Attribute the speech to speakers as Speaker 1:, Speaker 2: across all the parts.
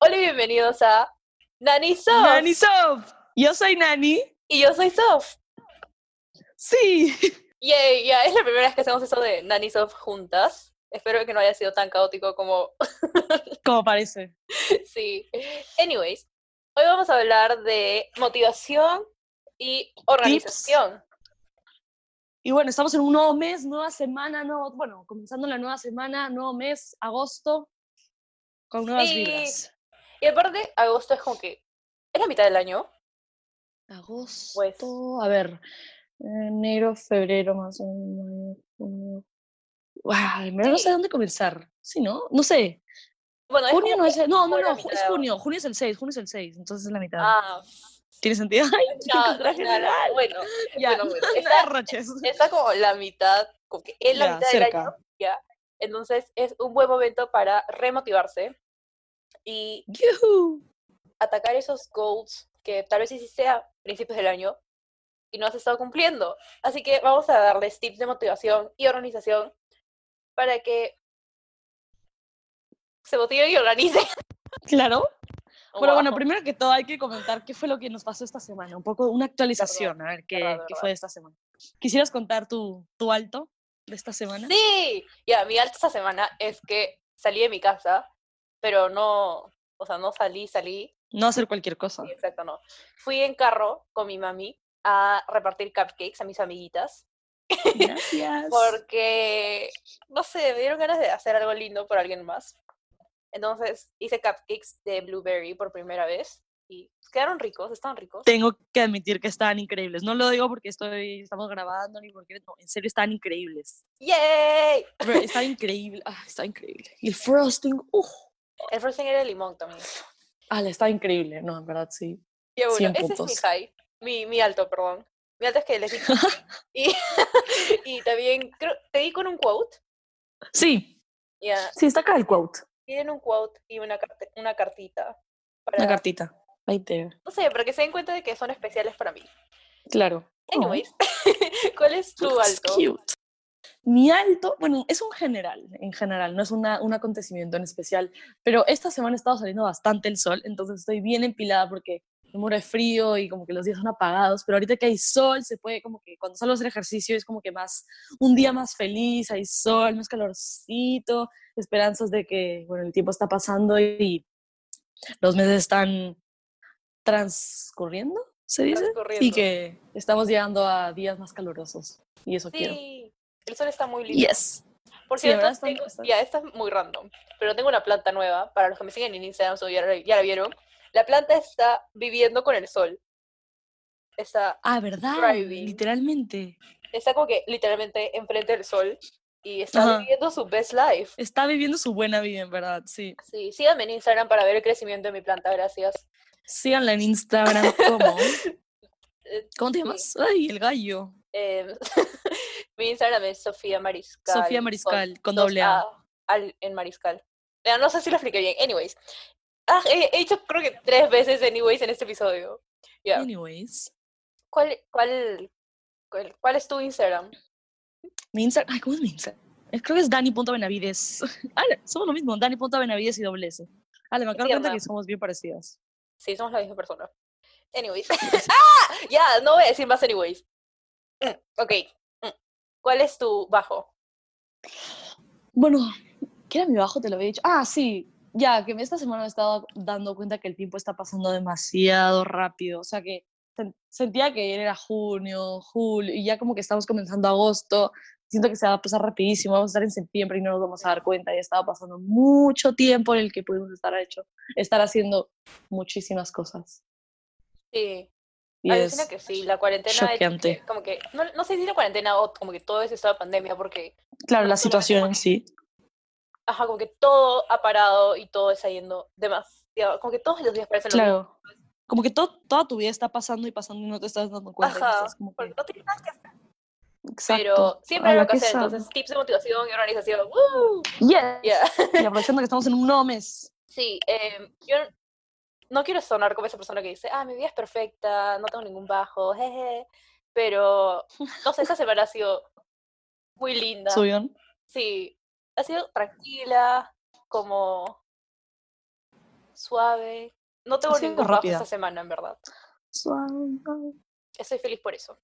Speaker 1: Hola y bienvenidos a Nani Sof.
Speaker 2: Nani Sof. Yo soy Nani.
Speaker 1: Y yo soy Sof.
Speaker 2: Sí.
Speaker 1: Yay, ya es la primera vez que hacemos eso de Nani Sof juntas. Espero que no haya sido tan caótico como.
Speaker 2: Como parece.
Speaker 1: sí. Anyways, hoy vamos a hablar de motivación y organización.
Speaker 2: Y bueno, estamos en un nuevo mes, nueva semana, nuevo, bueno, comenzando la nueva semana, nuevo mes, agosto, con nuevas
Speaker 1: Sí.
Speaker 2: vibras.
Speaker 1: Y aparte, agosto es como que. Es la mitad del año.
Speaker 2: Agosto, Pues, a ver, enero, febrero, más o menos, junio. Guau, en verdad no
Speaker 1: Sí.
Speaker 2: sé dónde comenzar. Sí, ¿no? No sé.
Speaker 1: Bueno, es
Speaker 2: Junio
Speaker 1: como
Speaker 2: no
Speaker 1: que-
Speaker 2: es. No, no,
Speaker 1: por la
Speaker 2: no, ju- es
Speaker 1: mitad.
Speaker 2: junio. Junio es el 6, junio es el 6, entonces es la mitad.
Speaker 1: Ah,
Speaker 2: ¿Tiene sentido? Ay,
Speaker 1: no, no,
Speaker 2: cultura
Speaker 1: no,
Speaker 2: general.
Speaker 1: bueno,
Speaker 2: Ya,
Speaker 1: bueno, bueno,
Speaker 2: no
Speaker 1: está-
Speaker 2: derroches.
Speaker 1: está como la mitad, como que es la
Speaker 2: Ya,
Speaker 1: mitad del
Speaker 2: cerca.
Speaker 1: año, ya. Entonces es un buen momento para remotivarse y
Speaker 2: Yuhu.
Speaker 1: atacar esos goals que tal vez hiciste a principios del año y no has estado cumpliendo. Así que vamos a darles tips de motivación y organización para que se motiven y organicen.
Speaker 2: Claro. Bueno, bueno,
Speaker 1: Wow.
Speaker 2: primero que todo hay que comentar qué fue lo que nos pasó esta semana, un poco una actualización, a ver qué,
Speaker 1: verdad,
Speaker 2: qué
Speaker 1: verdad.
Speaker 2: fue de esta semana. ¿Quisieras contar tu, tu alto de esta semana?
Speaker 1: Sí, ya, mi alta esta semana es que salí de mi casa, pero no, o sea, no salí, salí,
Speaker 2: No hacer cualquier cosa.
Speaker 1: sí, exacto, no. Fui en carro con mi mami a repartir cupcakes a mis amiguitas,
Speaker 2: Gracias.
Speaker 1: porque, no sé, me dieron ganas de hacer algo lindo por alguien más. Entonces hice cupcakes de blueberry por primera vez y quedaron ricos, están ricos.
Speaker 2: Tengo que admitir que están increíbles. No lo digo porque estoy, estamos grabando ni porque no, en serio están increíbles.
Speaker 1: ¡Yay!
Speaker 2: Bro, está increíble, ah, está increíble. Y el frosting, uh,
Speaker 1: El frosting era de limón también.
Speaker 2: ala, está increíble, no, en verdad sí.
Speaker 1: Ya, bueno,
Speaker 2: Cien
Speaker 1: ese es
Speaker 2: puntos.
Speaker 1: mi high, mi, mi alto, perdón. Mi alto es que les dije. y, y también, creo, te di con un quote.
Speaker 2: Sí,
Speaker 1: Ya,
Speaker 2: sí, está acá el quote,
Speaker 1: tienen un quote y una, carte- una cartita. Para,
Speaker 2: la cartita. Ahí te
Speaker 1: no sé, para que se den cuenta de que son especiales para mí.
Speaker 2: claro. Oh.
Speaker 1: Anyways, ¿cuál es tu
Speaker 2: That's
Speaker 1: alto?
Speaker 2: cute. Mi alto, bueno, es un general, en general, no es una- un acontecimiento en especial, pero esta semana ha estado saliendo bastante el sol, entonces estoy bien empilada porque me muero de frío y como que los días son apagados, pero ahorita que hay sol, se puede como que cuando salgo a hacer ejercicio es como que más, un día más feliz, hay sol, más calorcito, esperanzas de que, bueno, el tiempo está pasando y los meses están transcurriendo, ¿se dice?
Speaker 1: Transcurriendo.
Speaker 2: y que estamos llegando a días más calurosos y eso quiero.
Speaker 1: Sí, el sol está muy lindo.
Speaker 2: Yes.
Speaker 1: Por
Speaker 2: sí, la
Speaker 1: cierto,
Speaker 2: verdad está-
Speaker 1: tengo-
Speaker 2: está-
Speaker 1: ya, esta es muy random, pero tengo una planta nueva. Para los que me siguen en Instagram, so ya, la- ya la vieron. La planta está viviendo con el sol. Está
Speaker 2: Ah, verdad,
Speaker 1: Thriving.
Speaker 2: literalmente.
Speaker 1: está como que literalmente enfrente del sol y está
Speaker 2: Ajá.
Speaker 1: viviendo su best life.
Speaker 2: Está viviendo su buena vida, en verdad, sí.
Speaker 1: Sí, síganme en Instagram para ver el crecimiento de mi planta, gracias.
Speaker 2: Síganla en Instagram como
Speaker 1: Eh,
Speaker 2: ¿Cómo te
Speaker 1: sí,
Speaker 2: llamas? Ay, el gallo.
Speaker 1: em, mi Instagram es Sofía Mariscal.
Speaker 2: Sofía
Speaker 1: con
Speaker 2: Mariscal con
Speaker 1: dos
Speaker 2: doble A.
Speaker 1: A al- en Mariscal. Ya, no sé si lo expliqué bien. Anyways, Ah, he, he hecho creo que tres veces anyways en este episodio. Ya.
Speaker 2: Anyways,
Speaker 1: ¿Cuál, cuál, cuál, cuál es tu Instagram?
Speaker 2: mi Instagram, ay, ¿cómo es mi Instagram? Es- Creo que es Dani.benavides. Ah, no, somos lo mismo, Dani.benavides y doble S. Ah, me acabo de cuenta
Speaker 1: tierna.
Speaker 2: que somos bien parecidas.
Speaker 1: Sí, somos la misma persona. Anyways. ¡Ah! Ya, no voy a decir más anyways. Mm, Ok. Mm. ¿Cuál es tu bajo?
Speaker 2: Bueno, ¿qué era mi bajo? Te lo había dicho. Ah, sí. Ya, que me- esta semana me he estado dando cuenta que el tiempo está pasando demasiado rápido. O sea, que sen- sentía que era junio, julio, y ya como que estamos comenzando agosto. Siento que se va a pasar rapidísimo. Vamos a estar en septiembre y no nos vamos a dar cuenta. Ya estaba pasando mucho tiempo en el que pudimos estar, hecho, estar haciendo muchísimas cosas.
Speaker 1: Sí.
Speaker 2: Y
Speaker 1: Alucina Ah,
Speaker 2: es-
Speaker 1: que sí, la cuarentena. es
Speaker 2: choqueante.
Speaker 1: como que, no, no sé si la cuarentena o como que todo es esta pandemia, porque,
Speaker 2: claro, la
Speaker 1: solamente
Speaker 2: situación en sí.
Speaker 1: ajá, como que todo ha parado y todo está yendo demasiado. Como que todos los días parecen lo mismo,
Speaker 2: Claro. Como que todo, toda tu vida está pasando y pasando y no te estás dando cuenta. y
Speaker 1: Ajá,
Speaker 2: estás como que-
Speaker 1: porque no tienes nada que hacer.
Speaker 2: Exacto.
Speaker 1: Pero siempre hay
Speaker 2: Ala,
Speaker 1: algo que
Speaker 2: qué
Speaker 1: hacer,
Speaker 2: sad.
Speaker 1: entonces tips de motivación y organización. ¡uh! ¡Woo!
Speaker 2: Yes.
Speaker 1: Yeah.
Speaker 2: Y aprovechando que estamos en un nuevo mes.
Speaker 1: Sí, em, yo no quiero sonar como esa persona que dice, ah, mi vida es perfecta, no tengo ningún bajo, jeje. Pero, no sé, esta semana ha sido muy linda.
Speaker 2: Subión.
Speaker 1: Sí, ha sido tranquila, como suave. No tengo
Speaker 2: sido
Speaker 1: ningún bajo
Speaker 2: rápida.
Speaker 1: esta semana, en verdad.
Speaker 2: Suave.
Speaker 1: Estoy feliz por eso.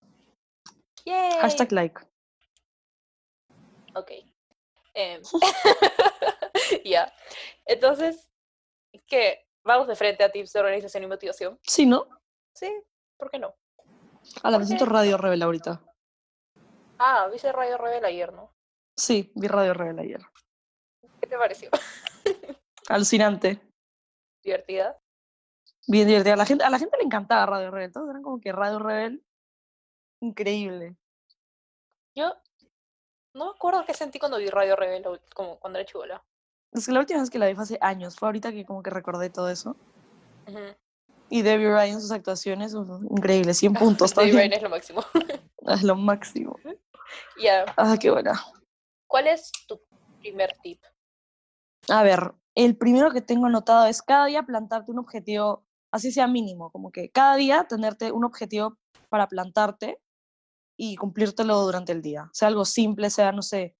Speaker 1: ¡Yay!
Speaker 2: Hashtag like.
Speaker 1: Ok. Em, Ya. Entonces, ¿qué? Vamos de frente a tips de organización y motivación.
Speaker 2: Sí, ¿no?
Speaker 1: Sí, ¿por qué no?
Speaker 2: A la
Speaker 1: ¿Por
Speaker 2: presento
Speaker 1: qué?
Speaker 2: Radio Rebel ahorita.
Speaker 1: Ah, viste Radio Rebel ayer, ¿no?
Speaker 2: Sí, vi Radio Rebel ayer.
Speaker 1: ¿Qué te pareció?
Speaker 2: Alucinante.
Speaker 1: ¿Divertida?
Speaker 2: Bien divertida. A la gente, a la gente le encantaba Radio Rebel. Todos eran como que Radio Rebel. Increíble.
Speaker 1: Yo no me acuerdo qué sentí cuando vi Radio Rebel, la ult- como cuando era chivola.
Speaker 2: Es que la última vez que la vi fue hace años. Fue ahorita que como que recordé todo eso.
Speaker 1: Ujú.
Speaker 2: Y Debbie Ryan, sus actuaciones, uf, increíble. 100 puntos.
Speaker 1: Dave
Speaker 2: también.
Speaker 1: Ryan es lo máximo.
Speaker 2: Es lo máximo.
Speaker 1: Ya.
Speaker 2: Ah, qué buena.
Speaker 1: ¿Cuál es tu primer tip?
Speaker 2: A ver, el primero que tengo anotado es cada día plantarte un objetivo, así sea mínimo, como que cada día tenerte un objetivo para plantarte y cumplírtelo durante el día. Sea algo simple, sea, no sé,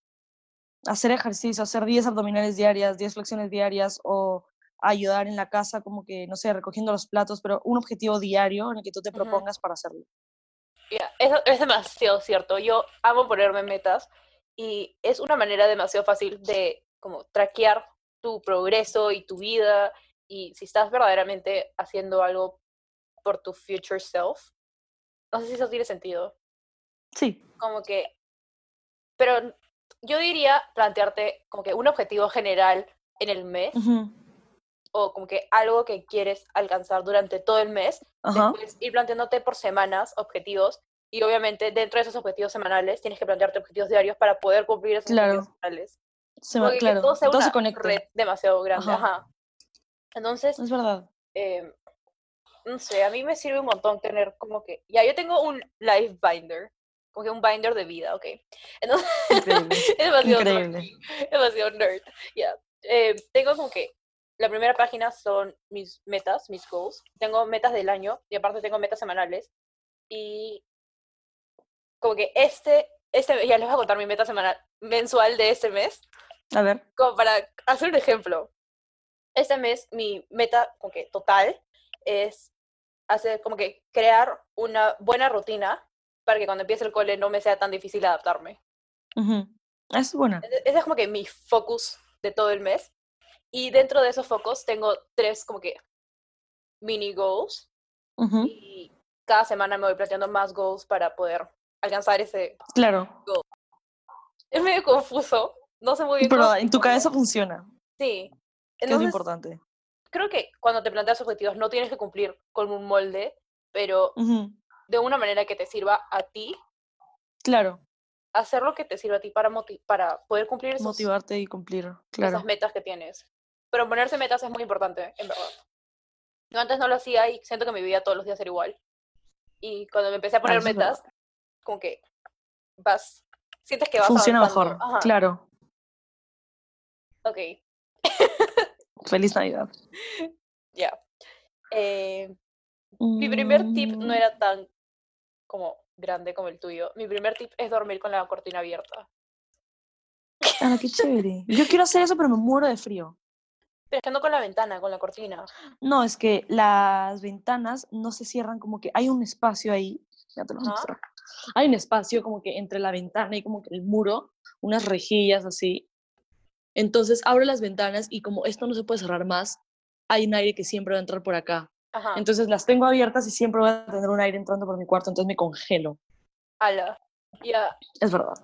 Speaker 2: hacer ejercicio, hacer 10 abdominales diarias, 10 flexiones diarias o ayudar en la casa, como que, no sé, recogiendo los platos, pero un objetivo diario en el que tú te
Speaker 1: Ujú.
Speaker 2: propongas para hacerlo.
Speaker 1: Ya, Es, es demasiado cierto. Yo amo ponerme metas y es una manera demasiado fácil de como traquear tu progreso y tu vida y si estás verdaderamente haciendo algo por tu future self. No sé si eso tiene sentido.
Speaker 2: Sí,
Speaker 1: como que, pero n- yo diría plantearte como que un objetivo general en el mes
Speaker 2: ujú,
Speaker 1: o como que algo que quieres alcanzar durante todo el mes,
Speaker 2: ajá,
Speaker 1: después Pues, ir planteándote por semanas objetivos y obviamente dentro de esos objetivos semanales tienes que plantearte objetivos diarios para poder cumplir esos
Speaker 2: Claro.
Speaker 1: objetivos semanales.
Speaker 2: se
Speaker 1: Como
Speaker 2: va-
Speaker 1: que, que
Speaker 2: claro,
Speaker 1: todo sea
Speaker 2: todo se
Speaker 1: una
Speaker 2: conecta,
Speaker 1: red demasiado grande.
Speaker 2: Ajá. Mm.
Speaker 1: ajá. Entonces,
Speaker 2: es verdad.
Speaker 1: em, no sé, a mí me sirve un montón tener como que, ya yo tengo un life binder, como que un binder de vida, ok. Entonces,
Speaker 2: Increíble.
Speaker 1: es demasiado
Speaker 2: Increíble.
Speaker 1: tranqui, es demasiado nerd. ya. Eh, tengo como que la primera página son mis metas, mis goals. Tengo metas del año y aparte tengo metas semanales. Y como que este, este ya les voy a contar mi meta semanal, mensual de este mes,
Speaker 2: A ver,
Speaker 1: como para hacer un ejemplo. Este mes mi meta como que total es hacer como que crear una buena rutina para que cuando empiece el cole no me sea tan difícil adaptarme.
Speaker 2: ujú, es buena.
Speaker 1: Ese ese es como que mi focus de todo el mes. Y dentro de esos focos tengo tres como que mini goals.
Speaker 2: ujú.
Speaker 1: Y cada semana me voy planteando más goals para poder alcanzar ese...
Speaker 2: Claro,
Speaker 1: Es medio confuso. No sé muy bien cómo
Speaker 2: pero en tu
Speaker 1: explicarlo.
Speaker 2: cabeza funciona,
Speaker 1: Sí.
Speaker 2: que es lo
Speaker 1: Entonces,
Speaker 2: importante.
Speaker 1: creo que cuando te planteas objetivos no tienes que cumplir con un molde, pero
Speaker 2: Ujú,
Speaker 1: de una manera que te sirva a ti,
Speaker 2: Claro,
Speaker 1: hacer lo que te sirva a ti para, moti- para poder cumplir esos,
Speaker 2: motivarte y cumplir,
Speaker 1: esas
Speaker 2: claro.
Speaker 1: metas que tienes. Pero ponerse metas es muy importante, en verdad. Yo antes no lo hacía y siento que mi vida todos los días era igual. Y cuando me empecé a poner
Speaker 2: Ah, eso es verdad.
Speaker 1: metas, como que vas, sientes que vas
Speaker 2: Funciona
Speaker 1: avanzando.
Speaker 2: mejor,
Speaker 1: Ajá,
Speaker 2: claro.
Speaker 1: Ok,
Speaker 2: Feliz Navidad.
Speaker 1: ya. Eh, mi primer tip no
Speaker 2: Mm,
Speaker 1: era tan como grande como el tuyo. Mi primer tip es dormir con la cortina abierta.
Speaker 2: ala, Mm, ah, qué chévere. Yo quiero hacer eso, pero me muero de frío.
Speaker 1: Pero es que no con la ventana, con la cortina.
Speaker 2: No, es que las ventanas no se cierran, como que hay un espacio ahí. Ya te lo voy a
Speaker 1: Ajá.
Speaker 2: mostrar. Hay un espacio como que entre la ventana y como que el muro, unas rejillas así. Entonces abro las ventanas y como esto no se puede cerrar más, hay un aire que siempre va a entrar por acá.
Speaker 1: Ajá.
Speaker 2: Entonces las tengo abiertas y siempre voy a tener un aire entrando por mi cuarto, entonces me congelo.
Speaker 1: ala. Ya,
Speaker 2: Es verdad.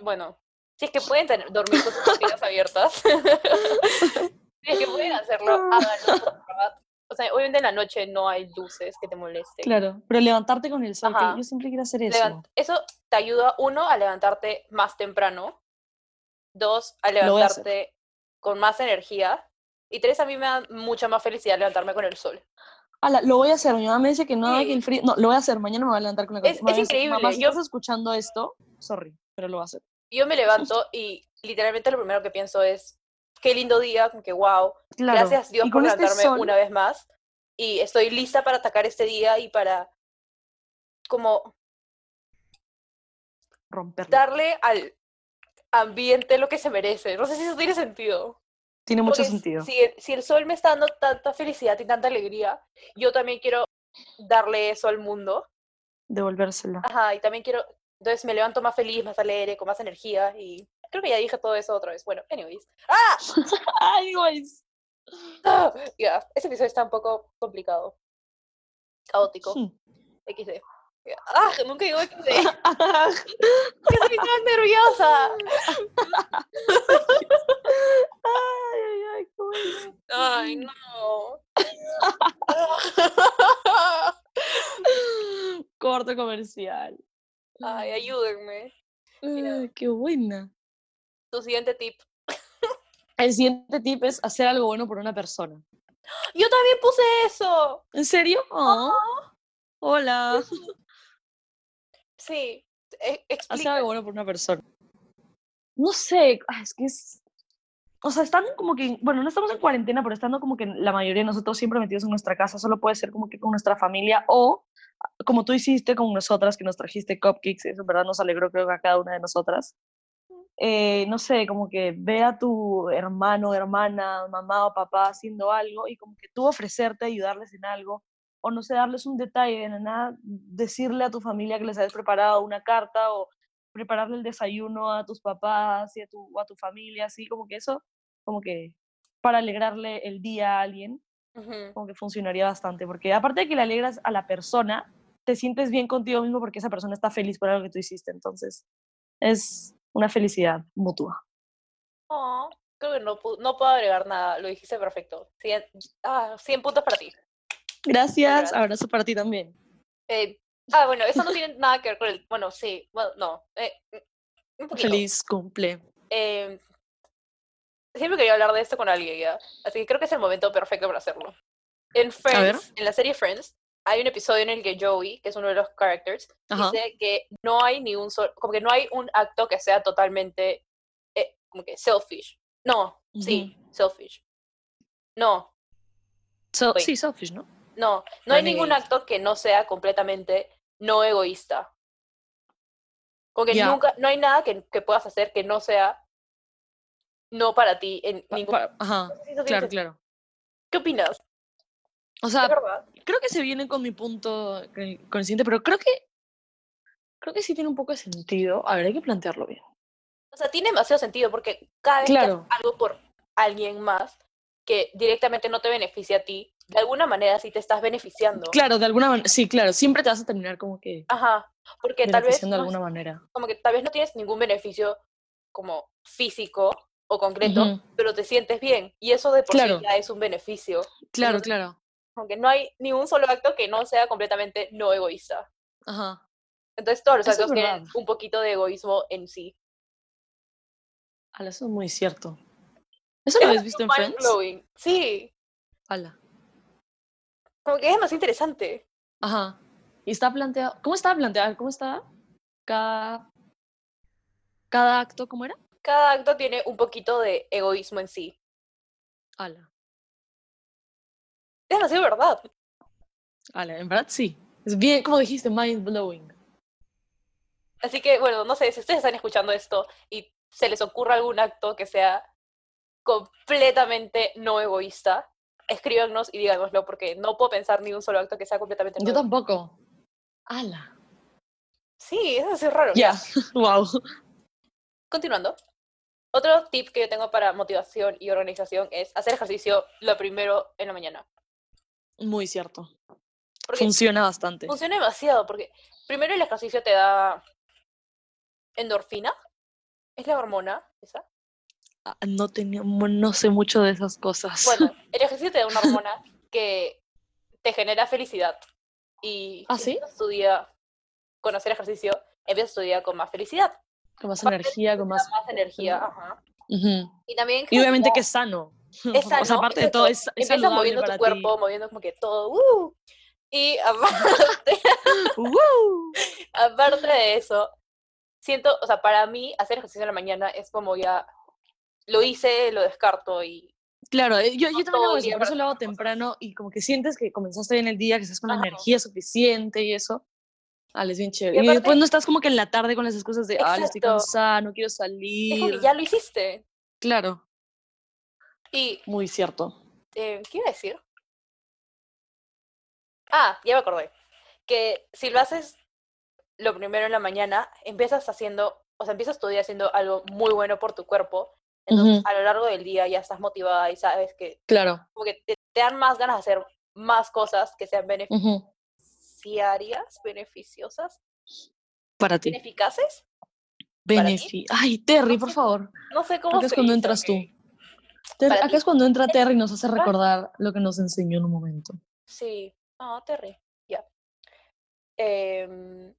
Speaker 1: bueno. Si es que pueden tener- dormir con sus cortinas abiertas. si es que pueden hacerlo,
Speaker 2: Ah.
Speaker 1: háganlo, por favor. O sea, obviamente en la noche no hay luces que te molesten.
Speaker 2: Claro, pero levantarte con el sol, que
Speaker 1: Ajá.
Speaker 2: yo siempre quiero hacer eso.
Speaker 1: Levant- eso. te ayuda, uno, a levantarte más temprano. Dos, a
Speaker 2: Lo voy a hacer.
Speaker 1: levantarte con más energía. Y tres, a mí me da mucha más felicidad levantarme con el sol.
Speaker 2: Ala, lo voy a hacer, mi mamá me dice que no,
Speaker 1: Sí.
Speaker 2: que el frío... No, lo voy a hacer, mañana me voy a levantar con la
Speaker 1: Es-
Speaker 2: cabeza. Mamá,
Speaker 1: es increíble,
Speaker 2: Mamá, si
Speaker 1: yo-
Speaker 2: estás escuchando esto, sorry, pero lo voy a hacer.
Speaker 1: Yo me levanto y literalmente lo primero que pienso es, qué lindo día, como que wow,
Speaker 2: Claro.
Speaker 1: gracias Dios
Speaker 2: y
Speaker 1: por
Speaker 2: con este
Speaker 1: levantarme
Speaker 2: sol,
Speaker 1: una vez más. Y estoy lista para atacar este día y para como
Speaker 2: romperlo.
Speaker 1: darle al ambiente lo que se merece. No sé si eso tiene sentido.
Speaker 2: Tiene mucho
Speaker 1: Porque
Speaker 2: sentido.
Speaker 1: Si, si el sol me está dando tanta felicidad y tanta alegría, yo también quiero darle eso al mundo.
Speaker 2: Devolvérselo.
Speaker 1: Ajá, y también quiero. Entonces me levanto más feliz, más alegre, con más energía. Y creo que ya dije todo eso otra vez. Bueno, anyways.
Speaker 2: Ay, guys.
Speaker 1: Ah, Ya, ese episodio está un poco complicado. Caótico.
Speaker 2: Hmm.
Speaker 1: XD. Ya. ¡Ah! Nunca digo XD. ¡Que soy tan nerviosa!
Speaker 2: Ay, ay, ay, qué bueno.
Speaker 1: ¡Ay, no!
Speaker 2: Corto comercial.
Speaker 1: ¡Ay, ayúdenme! Mira.
Speaker 2: Ay, qué buena.
Speaker 1: Tu siguiente tip.
Speaker 2: El siguiente tip es hacer algo bueno por una persona.
Speaker 1: ¡Yo también puse eso!
Speaker 2: ¿En serio? Oh. Hola.
Speaker 1: Sí. e-
Speaker 2: Hacer
Speaker 1: Explica.
Speaker 2: algo bueno por una persona. No sé, ah, es que es... O sea, estando como que, bueno, no estamos en cuarentena, pero estando como que la mayoría de nosotros siempre metidos en nuestra casa, solo puede ser como que con nuestra familia o ah, como tú hiciste con nosotras, que nos trajiste cupcakes, eso en verdad nos alegró creo que a cada una de nosotras. Eh, no sé, como que ve a tu hermano, hermana, mamá o papá haciendo algo y como que tú ofrecerte, ayudarles en algo, o no sé, darles un detalle, de la nada, decirle a tu familia que les habías preparado una carta o prepararle el desayuno a tus papás y a tu, o a tu familia, así como que eso, como que para alegrarle el día a alguien,
Speaker 1: Ujú.
Speaker 2: como que funcionaría bastante, porque aparte de que le alegras a la persona, te sientes bien contigo mismo porque esa persona está feliz por algo que tú hiciste, entonces es una felicidad mutua.
Speaker 1: Aw, creo que no, pu- no puedo agregar nada. Lo dijiste perfecto. 100, ah, 100 puntos para ti.
Speaker 2: Gracias,
Speaker 1: Gracias.
Speaker 2: abrazo para ti también.
Speaker 1: Eh, ah, bueno, eso no tiene nada que ver con el. Bueno, sí. Bueno, no. eh, mm, un poquito.
Speaker 2: Feliz cumple.
Speaker 1: Eh, siempre quería hablar de esto con alguien ya. Así que creo que es el momento perfecto para hacerlo. En
Speaker 2: ver.
Speaker 1: Friends, en la serie Friends, hay un episodio en el que Joey, que es uno de los characters,
Speaker 2: Ajá.
Speaker 1: dice que no hay ni un solo, como que no hay un acto que sea totalmente eh, como que selfish. No, sí, selfish. No,
Speaker 2: So-
Speaker 1: Wait.
Speaker 2: sí, selfish, ¿no?
Speaker 1: no, no hay
Speaker 2: Renegade.
Speaker 1: ningún acto que no sea completamente no egoísta. Como que
Speaker 2: Ya.
Speaker 1: nunca, no hay nada que, que puedas hacer que no sea no para ti en
Speaker 2: Pa-
Speaker 1: ningún
Speaker 2: pa- Ajá,
Speaker 1: Sí, eso tiene
Speaker 2: claro,
Speaker 1: sentido.
Speaker 2: claro.
Speaker 1: ¿Qué opinas?
Speaker 2: O
Speaker 1: ¿Es
Speaker 2: sea,
Speaker 1: verdad?
Speaker 2: creo que se viene con mi punto eh, con el siguiente, pero creo que creo que sí tiene un poco de sentido. A ver, hay que plantearlo bien.
Speaker 1: O sea, tiene demasiado sentido porque cada vez que
Speaker 2: Claro.
Speaker 1: haces algo por alguien más que directamente no te beneficia a ti, de alguna manera sí te estás beneficiando.
Speaker 2: Claro, de alguna manera, sí, claro, siempre te vas a terminar como que
Speaker 1: Ajá. Porque tal vez,
Speaker 2: beneficiando de
Speaker 1: no-
Speaker 2: alguna manera.
Speaker 1: como que tal vez no tienes ningún beneficio como físico o concreto,
Speaker 2: Ujú,
Speaker 1: pero te sientes bien. Y eso de por
Speaker 2: Claro.
Speaker 1: sí ya es un beneficio.
Speaker 2: Claro,
Speaker 1: entonces-
Speaker 2: claro.
Speaker 1: Aunque no hay ni un solo acto que no sea completamente no egoísta.
Speaker 2: Ajá.
Speaker 1: Entonces todos los
Speaker 2: Eso es
Speaker 1: actos tienen
Speaker 2: verdad.
Speaker 1: un poquito de egoísmo en sí.
Speaker 2: Ala, eso es muy cierto. ¿Eso lo habías visto en
Speaker 1: Mind
Speaker 2: Friends?
Speaker 1: blowing. Sí.
Speaker 2: Ala.
Speaker 1: Como que es más interesante.
Speaker 2: Ajá. Y está planteado. ¿Cómo está planteado? A ver, ¿Cómo está cada, cada acto? ¿Cómo era?
Speaker 1: cada acto tiene un poquito de egoísmo en sí.
Speaker 2: Ala.
Speaker 1: Es demasiado verdad.
Speaker 2: Ala, en verdad sí. Es bien, como dijiste, mind blowing.
Speaker 1: Así que, bueno, no sé, si ustedes están escuchando esto y se les ocurra algún acto que sea completamente no egoísta, escríbanos y díganoslo porque no puedo pensar ni un solo acto que sea completamente no
Speaker 2: Yo
Speaker 1: egoísta.
Speaker 2: tampoco. Ala.
Speaker 1: Sí, eso es raro.
Speaker 2: Ya, wow.
Speaker 1: Continuando. Otro tip que yo tengo para motivación y organización es hacer ejercicio lo primero en la mañana.
Speaker 2: Muy cierto.
Speaker 1: Porque
Speaker 2: Funciona bastante.
Speaker 1: Funciona demasiado, porque primero el ejercicio te da endorfina, es la hormona esa.
Speaker 2: Ah, No, tenía, mu- no sé mucho de esas cosas.
Speaker 1: Bueno, el ejercicio te da una hormona que te genera felicidad. Y
Speaker 2: ¿Ah, sí?
Speaker 1: empiezas tu día con hacer ejercicio, empiezas tu día con más felicidad,
Speaker 2: con más
Speaker 1: aparte,
Speaker 2: energía, con
Speaker 1: con
Speaker 2: más...
Speaker 1: más, energía. ajá.
Speaker 2: Ujú.
Speaker 1: Y también
Speaker 2: Y obviamente que
Speaker 1: generas-
Speaker 2: es sano.
Speaker 1: Es
Speaker 2: O sea,
Speaker 1: sano,
Speaker 2: aparte de
Speaker 1: exacto.
Speaker 2: todo, es, es
Speaker 1: empiezas
Speaker 2: saludable
Speaker 1: moviendo
Speaker 2: para
Speaker 1: tu
Speaker 2: ti.
Speaker 1: cuerpo, moviendo como que todo. ¡uh! Y aparte,
Speaker 2: ¡Woo!
Speaker 1: Aparte de eso, siento, o sea, para mí hacer ejercicio en la mañana es como ya lo hice, lo descarto y
Speaker 2: Claro, eh, yo, yo
Speaker 1: No
Speaker 2: también hago
Speaker 1: todo
Speaker 2: eso,
Speaker 1: bien
Speaker 2: por
Speaker 1: para
Speaker 2: eso lo hago
Speaker 1: hacer cosas.
Speaker 2: temprano y como que sientes que comenzaste bien el día, que estás con
Speaker 1: Ajá.
Speaker 2: energía suficiente y eso. Ah, es bien chévere.
Speaker 1: Y
Speaker 2: Y,
Speaker 1: aparte-
Speaker 2: después no estás como que en la tarde con las excusas de, ah, estoy
Speaker 1: Exacto.
Speaker 2: cansada, no quiero
Speaker 1: es como
Speaker 2: salir.
Speaker 1: que ya lo hiciste.
Speaker 2: Claro.
Speaker 1: Y,
Speaker 2: Muy cierto.
Speaker 1: eh, ¿qué iba a decir? Ah, ya me acordé. Que si lo haces lo primero en la mañana, empiezas haciendo, o sea, empiezas tu día haciendo algo muy bueno por tu cuerpo. Entonces,
Speaker 2: Ujú.
Speaker 1: a lo largo del día ya estás motivada y sabes que,
Speaker 2: Claro.
Speaker 1: como que te, te dan más ganas de hacer más cosas que sean
Speaker 2: Ujú.
Speaker 1: beneficiarias, beneficiosas,
Speaker 2: Para ti.
Speaker 1: beneficaces. para ti.
Speaker 2: Benefi. Ay, Terry, por favor.
Speaker 1: No sé cómo
Speaker 2: Acá es
Speaker 1: se
Speaker 2: cuando
Speaker 1: dice,
Speaker 2: entras tú.
Speaker 1: ok.
Speaker 2: Ter-
Speaker 1: Para
Speaker 2: acá
Speaker 1: ti.
Speaker 2: es cuando entra Terry y nos hace
Speaker 1: Ah.
Speaker 2: recordar lo que nos enseñó en un momento.
Speaker 1: Sí, no, Terry, ya. Em,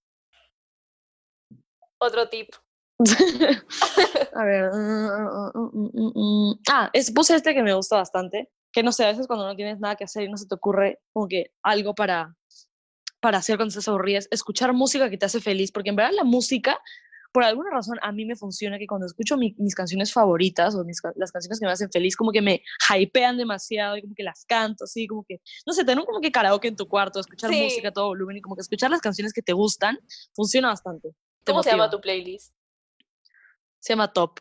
Speaker 1: otro tip.
Speaker 2: A ver. mm, mm, mm, mm, mm. Ah, es, puse este que me gusta bastante. Que no sé, a veces cuando no tienes nada que hacer y no se te ocurre como que algo para, para hacer cuando estás aburrida es escuchar música que te hace feliz. Porque en verdad la música, por alguna razón, a mí me funciona que cuando escucho mi- mis canciones favoritas o mis ca- las canciones que me hacen feliz, como que me hypean demasiado y como que las canto así, como que, no sé, tener un como que karaoke en tu cuarto, escuchar
Speaker 1: Sí.
Speaker 2: música a todo volumen y como que escuchar las canciones que te gustan, funciona bastante. te
Speaker 1: ¿Cómo se llama
Speaker 2: motiva.
Speaker 1: tu playlist?
Speaker 2: Se llama Top.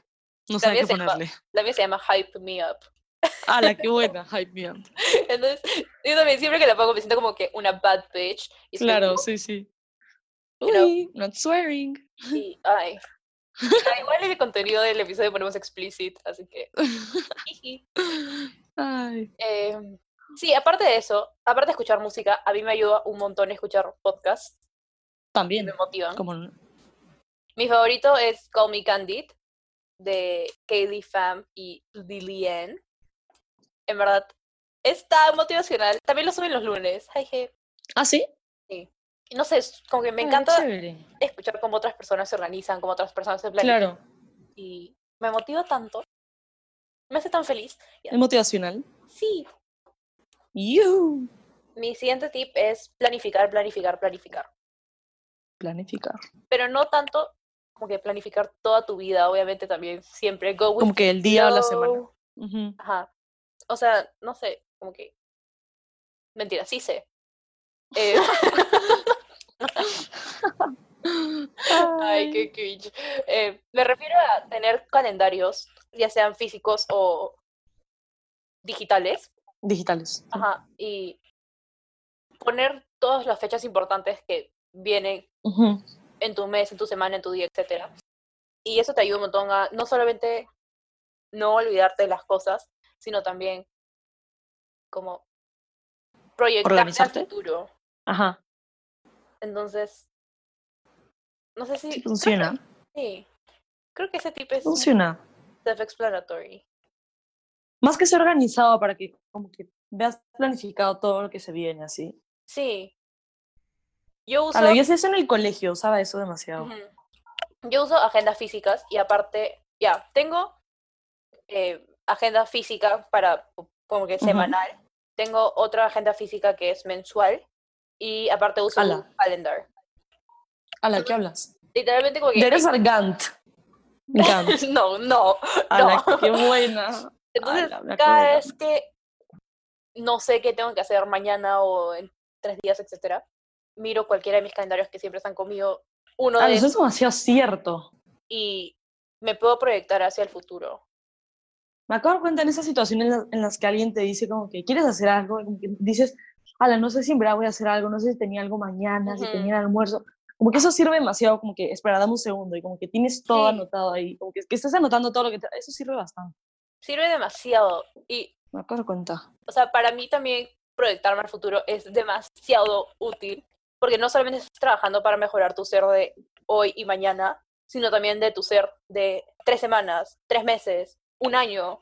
Speaker 2: No sé a
Speaker 1: También
Speaker 2: qué
Speaker 1: se llama-
Speaker 2: ponerle.
Speaker 1: La mía se llama Hype Me Up.
Speaker 2: Ah, la qué buena, hype me up.
Speaker 1: Entonces, yo también siempre que la pongo me siento como que una bad bitch. Y estoy
Speaker 2: Claro,
Speaker 1: como,
Speaker 2: sí, sí.
Speaker 1: You know.
Speaker 2: Uy, not swearing.
Speaker 1: sí, ay. Ya, Igual el contenido del episodio ponemos explicit, así que. jiji.
Speaker 2: Ay.
Speaker 1: Em, sí, aparte de eso, aparte de escuchar música, a mí me ayuda un montón escuchar podcasts que
Speaker 2: También,
Speaker 1: me motivan.
Speaker 2: como no.
Speaker 1: Mi favorito es Call Me Candid de Kaylee Pham y Lilian. En verdad, es tan motivacional. También lo suben los lunes. Ay, je.
Speaker 2: ¿Ah, sí?
Speaker 1: Y No sé, es como que me
Speaker 2: Ah, qué
Speaker 1: encanta
Speaker 2: chévere.
Speaker 1: escuchar cómo otras personas se organizan, cómo otras personas se planifican.
Speaker 2: Claro,
Speaker 1: Y me motiva tanto. Me hace tan feliz. Ya.
Speaker 2: es motivacional.
Speaker 1: Sí.
Speaker 2: You.
Speaker 1: Mi siguiente tip es planificar, planificar, planificar.
Speaker 2: Planificar.
Speaker 1: Pero no tanto como que planificar toda tu vida, obviamente también siempre go with
Speaker 2: Como que el día o la semana.
Speaker 1: flow.
Speaker 2: Ujú.
Speaker 1: Ajá. O sea, no sé, como que. Mentira, sí sé. Eh, ay, qué cringe. Eh, me refiero a tener calendarios, ya sean físicos o digitales.
Speaker 2: Digitales. sí.
Speaker 1: Ajá. Y poner todas las fechas importantes que vienen
Speaker 2: Ujú.
Speaker 1: en tu mes, en tu semana, en tu día, etcétera. Y eso te ayuda un montón a no solamente no olvidarte de las cosas, sino también como proyectarte al
Speaker 2: Organizarte.
Speaker 1: futuro.
Speaker 2: Ajá.
Speaker 1: Entonces, no sé si creo
Speaker 2: Sí,
Speaker 1: que
Speaker 2: funciona.
Speaker 1: sí. Creo que ese tipo es
Speaker 2: Funciona.
Speaker 1: self-explanatory.
Speaker 2: Más que ser organizado para que como que veas planificado todo lo que se viene así.
Speaker 1: Sí. Yo uso,
Speaker 2: A la yo hacía eso en el colegio, usaba eso demasiado.
Speaker 1: Ujú. yo uso agendas físicas y aparte, ya, tengo eh, agenda física para como que
Speaker 2: Ujú.
Speaker 1: semanal. Tengo otra agenda física que es mensual y aparte uso
Speaker 2: Ala.
Speaker 1: calendar.
Speaker 2: ¿A la que hablas?
Speaker 1: Literalmente como que
Speaker 2: Deberías usar Gantt. Gantt.
Speaker 1: no, no.
Speaker 2: A la
Speaker 1: No.
Speaker 2: qué buena.
Speaker 1: Entonces,
Speaker 2: Ala, me acuerdo.
Speaker 1: cada vez que no sé qué tengo que hacer mañana o en tres días, etcétera, miro cualquiera de mis calendarios que siempre están conmigo, uno
Speaker 2: Ah,
Speaker 1: de
Speaker 2: eso
Speaker 1: ellos,
Speaker 2: es demasiado cierto.
Speaker 1: y me puedo proyectar hacia el futuro.
Speaker 2: Me acabo de dar cuenta en esas situaciones en las- en las que alguien te dice como que quieres hacer algo, como que dices, ala, no sé si en verdad voy a hacer algo, no sé si tenía algo mañana, si
Speaker 1: Ujú.
Speaker 2: tenía el almuerzo. Como que eso sirve demasiado, como que, espera, dame un segundo, y como que tienes todo
Speaker 1: Sí.
Speaker 2: anotado ahí, como que, que estás anotando todo lo que te... Eso sirve bastante,
Speaker 1: Sirve demasiado. Y
Speaker 2: me acabo de dar cuenta.
Speaker 1: o sea, para mí también proyectarme al futuro es demasiado útil, porque no solamente estás trabajando para mejorar tu ser de hoy y mañana, sino también de tu ser de tres semanas, tres meses, un año.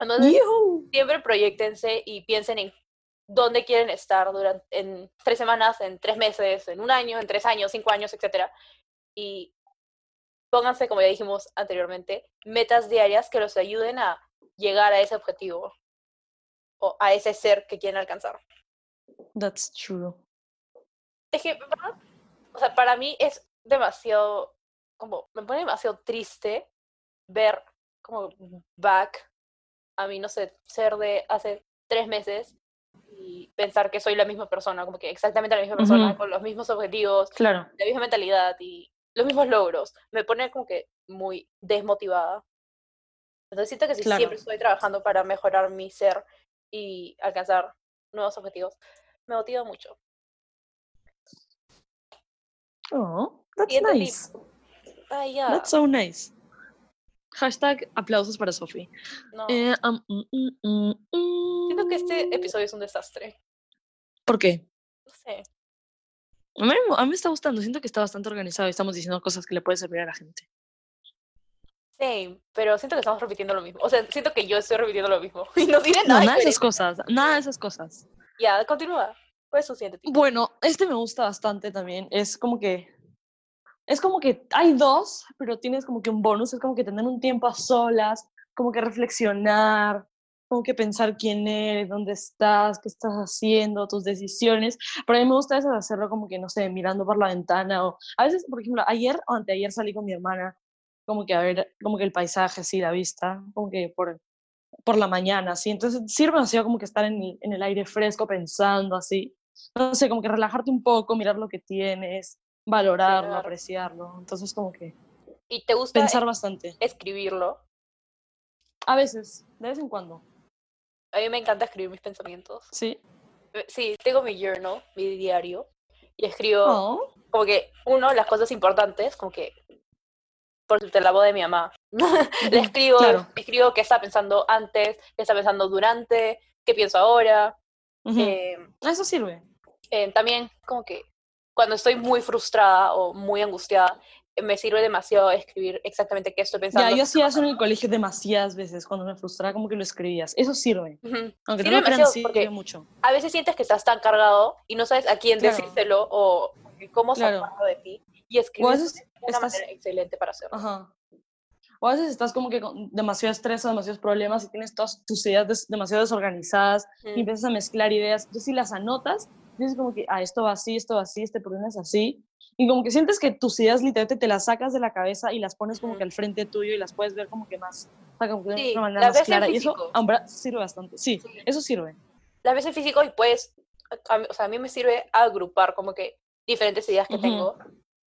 Speaker 1: Entonces,
Speaker 2: ¡Yujú!
Speaker 1: siempre proyectense y piensen en dónde quieren estar durante, en tres semanas, en tres meses, en un año, en tres años, cinco años, etcétera. Y pónganse, como ya dijimos anteriormente, metas diarias que los ayuden a llegar a ese objetivo o a ese ser que quieren alcanzar.
Speaker 2: That's true.
Speaker 1: Es que, en ¿verdad? O sea, para mí es demasiado, como, me pone demasiado triste ver como back a mí, no sé, ser de hace tres meses y pensar que soy la misma persona, como que exactamente la misma persona,
Speaker 2: Ujú.
Speaker 1: con los mismos objetivos,
Speaker 2: Claro.
Speaker 1: la misma mentalidad y los mismos logros. Me pone como que muy desmotivada. Entonces siento que si
Speaker 2: Claro.
Speaker 1: siempre estoy trabajando para mejorar mi ser y alcanzar nuevos objetivos, me motiva mucho.
Speaker 2: Oh, that's
Speaker 1: Siguiente tip.
Speaker 2: nice.
Speaker 1: Ay, ya.
Speaker 2: That's so nice. Hashtag aplausos para Sophie.
Speaker 1: No.
Speaker 2: Eh, am, mm, mm, mm, mm.
Speaker 1: Siento que este episodio es un desastre.
Speaker 2: ¿Por qué?
Speaker 1: No sé.
Speaker 2: A mí, me- a mí me está gustando, siento que está bastante organizado y estamos diciendo cosas que le pueden servir a la gente.
Speaker 1: Same, pero siento que estamos repitiendo lo mismo. O sea, siento que yo estoy repitiendo lo mismo. Y no tiene
Speaker 2: No,
Speaker 1: nada.
Speaker 2: nada de
Speaker 1: que ver.
Speaker 2: esas cosas, nada de esas cosas.
Speaker 1: Ya, continúa. ¿Cuál es tu siguiente tip?
Speaker 2: Bueno, este me gusta bastante también. Es como que. Es como que hay dos, pero tienes como que un bonus. Es como que tener un tiempo a solas, como que reflexionar, como que pensar quién eres, dónde estás, qué estás haciendo, tus decisiones. Pero a mí me gusta eso de hacerlo como que, no sé, mirando por la ventana. O a veces, por ejemplo, ayer o anteayer salí con mi hermana, como que a ver, como que el paisaje, sí, la vista, como que por, por la mañana, sí. Entonces sirve así como que estar en el- en el aire fresco, pensando así no sé, como que relajarte un poco, mirar lo que tienes, valorarlo,
Speaker 1: Claro.
Speaker 2: apreciarlo. Entonces, como que
Speaker 1: ¿Y te gusta
Speaker 2: pensar bastante.
Speaker 1: escribirlo?
Speaker 2: A veces, de vez en cuando,
Speaker 1: A mí me encanta escribir mis pensamientos.
Speaker 2: ¿sí?
Speaker 1: Eh, Sí, tengo mi journal, mi diario, y escribo
Speaker 2: Oh,
Speaker 1: como que, uno, las cosas importantes, como que, por te la voz de mi mamá, le
Speaker 2: ujú,
Speaker 1: escribo,
Speaker 2: Mm, claro.
Speaker 1: escribo qué estaba pensando antes, qué estaba pensando durante, qué pienso ahora.
Speaker 2: ujú.
Speaker 1: eh,
Speaker 2: Eso sirve.
Speaker 1: eh, también como que cuando estoy muy frustrada o muy angustiada, eh, me sirve demasiado escribir exactamente qué estoy pensando.
Speaker 2: Ya, yo hacía eso en el colegio demasiadas veces, cuando me frustraba, como que lo escribías. Eso sirve.
Speaker 1: Ujú.
Speaker 2: Aunque
Speaker 1: Sirve
Speaker 2: no lo crean,
Speaker 1: demasiado
Speaker 2: sirve
Speaker 1: porque-
Speaker 2: mucho.
Speaker 1: a veces sientes que estás tan cargado y no sabes a quién
Speaker 2: Claro.
Speaker 1: decírselo o cómo
Speaker 2: Claro.
Speaker 1: sacarlo de ti. Y
Speaker 2: O a
Speaker 1: escribir es
Speaker 2: veces
Speaker 1: una
Speaker 2: estás
Speaker 1: manera excelente para hacerlo.
Speaker 2: Ajá. O a veces estás como que con demasiado estrés o demasiados problemas y tienes todas tus ideas des- demasiado desorganizadas Ah, y
Speaker 1: Mm.
Speaker 2: empiezas a mezclar ideas. Entonces, si las anotas, dices como que, ah, esto va así, esto va así, este problema es así. Y como que sientes que tus ideas literalmente te las sacas de la cabeza y las pones como
Speaker 1: Ujú.
Speaker 2: que al frente tuyo y las puedes ver como que más, o sea, como que de
Speaker 1: Sí,
Speaker 2: una manera
Speaker 1: las
Speaker 2: más
Speaker 1: ves en
Speaker 2: clara. Y eso,
Speaker 1: físico.
Speaker 2: en verdad, sirve bastante. Sí,
Speaker 1: Sí.
Speaker 2: eso sirve.
Speaker 1: Las veces físico y puedes, a- a mí- o sea, a mí me sirve agrupar como que diferentes ideas que
Speaker 2: Ujú.
Speaker 1: tengo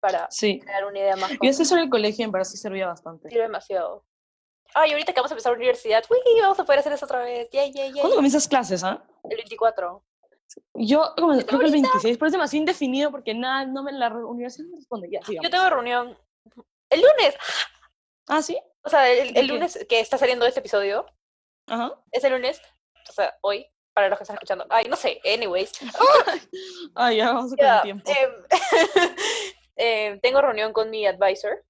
Speaker 1: para
Speaker 2: Sí.
Speaker 1: crear una idea más.
Speaker 2: Y eso en el colegio, en verdad, sí servía bastante.
Speaker 1: Sirve demasiado. Ay, ahorita que vamos a empezar la universidad, uy, vamos a poder hacer eso otra vez. Yay, yay, yay.
Speaker 2: ¿Cuándo comienzas clases, ah?
Speaker 1: El 24.
Speaker 2: Yo como,
Speaker 1: ¿Está
Speaker 2: creo que el 26, pero es demasiado indefinido porque nada, no me la re- universidad no me responde. Ya, sigamos.
Speaker 1: Yo tengo reunión el lunes.
Speaker 2: Ah, sí.
Speaker 1: O sea, el,
Speaker 2: ¿De
Speaker 1: el
Speaker 2: qué?
Speaker 1: lunes que está saliendo este episodio,
Speaker 2: Ajá.
Speaker 1: es el lunes, o sea, hoy, para los que están escuchando. Ay, no sé, anyways.
Speaker 2: Ah, ya vamos con
Speaker 1: Ya,
Speaker 2: el tiempo.
Speaker 1: em, em, tengo reunión con mi advisor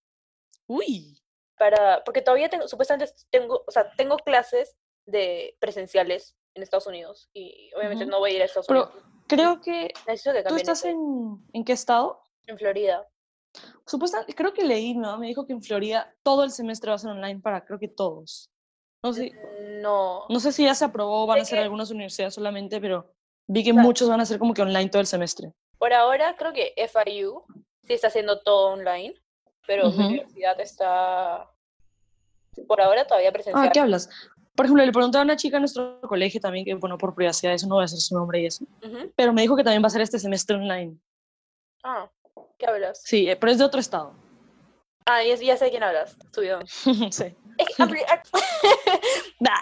Speaker 2: Uy.
Speaker 1: para, porque todavía tengo, supuestamente tengo, o sea, tengo clases de presenciales en Estados Unidos y obviamente
Speaker 2: Ujú.
Speaker 1: no voy a ir a Estados
Speaker 2: Pero-
Speaker 1: Unidos.
Speaker 2: Creo que
Speaker 1: Necesito que
Speaker 2: tú
Speaker 1: cambien
Speaker 2: estás
Speaker 1: eso.
Speaker 2: en ¿en qué estado?
Speaker 1: en Florida.
Speaker 2: Supuestamente creo que leí, ¿no? Me dijo que en Florida todo el semestre va a ser online para creo que todos. No sé,
Speaker 1: No.
Speaker 2: no sé si ya se aprobó, van
Speaker 1: Sé
Speaker 2: a ser
Speaker 1: que-
Speaker 2: algunas universidades solamente, pero vi que
Speaker 1: Claro.
Speaker 2: muchos van a ser como que online todo el semestre.
Speaker 1: Por ahora creo que FIU sí está haciendo todo online, pero mi
Speaker 2: Ujú.
Speaker 1: universidad está por ahora todavía
Speaker 2: Ah,
Speaker 1: presencial.
Speaker 2: ¿qué hablas? Por ejemplo, le pregunté a una chica en nuestro colegio también, que bueno, por privacidad, eso no voy a decir su nombre y eso.
Speaker 1: Ujú.
Speaker 2: pero me dijo que también va a ser este semestre online.
Speaker 1: Ah, ¿qué hablas?
Speaker 2: Sí, eh, pero es de otro estado.
Speaker 1: Ah, ya, ya sé de quién hablas, Subidón.
Speaker 2: sí.
Speaker 1: Es que al pri- al-
Speaker 2: Nah.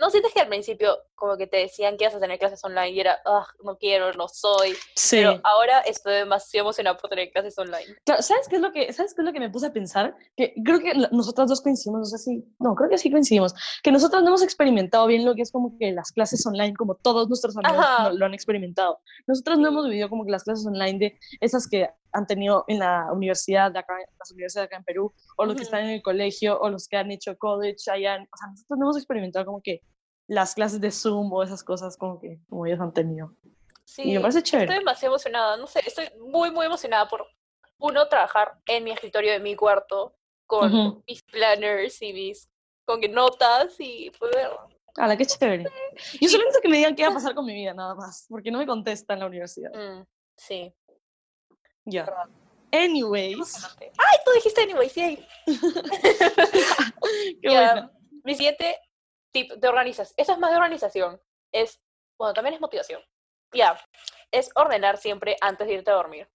Speaker 1: ¿No sientes que al principio como que te decían que ibas a tener clases online y era, ah, no quiero, no soy?
Speaker 2: Sí.
Speaker 1: Pero ahora estoy demasiado emocionada por tener clases online.
Speaker 2: Claro, ¿sabes, qué es lo que, ¿Sabes qué es lo que me puse a pensar? Que creo que la- nosotras dos coincidimos, no sé si, no, creo que sí coincidimos, que nosotras no hemos experimentado bien lo que es como que las clases online, como todos nuestros amigos
Speaker 1: Ajá.
Speaker 2: no- lo han experimentado. Nosotras no
Speaker 1: Sí.
Speaker 2: hemos vivido como que las clases online de esas que han tenido en la universidad, de acá, las universidades de acá en Perú, o los que
Speaker 1: Ujú.
Speaker 2: están en el colegio, o los que han hecho college allá. en- o sea, nosotros no hemos experimentado como que las clases de Zoom o esas cosas como que como ellos han tenido.
Speaker 1: Sí,
Speaker 2: Y me parece chévere.
Speaker 1: estoy demasiado emocionada, no sé, estoy muy, muy emocionada por, uno, trabajar en mi escritorio de mi cuarto con
Speaker 2: Ujú.
Speaker 1: mis planners y mis con que notas y poder...
Speaker 2: Ala, qué chévere. Yo solo necesito que me digan qué va a pasar con mi vida, nada más, porque no me contesta en la universidad.
Speaker 1: Mm, sí,
Speaker 2: Ya.
Speaker 1: verdad.
Speaker 2: Anyways,
Speaker 1: emocionante. ¡Ay, tú dijiste anyways! yay!
Speaker 2: qué
Speaker 1: Ya,
Speaker 2: buena.
Speaker 1: Mi siguiente tip de organización, eso es más de organización, es, bueno, también es motivación. Ya, es ordenar siempre antes de irte a dormir.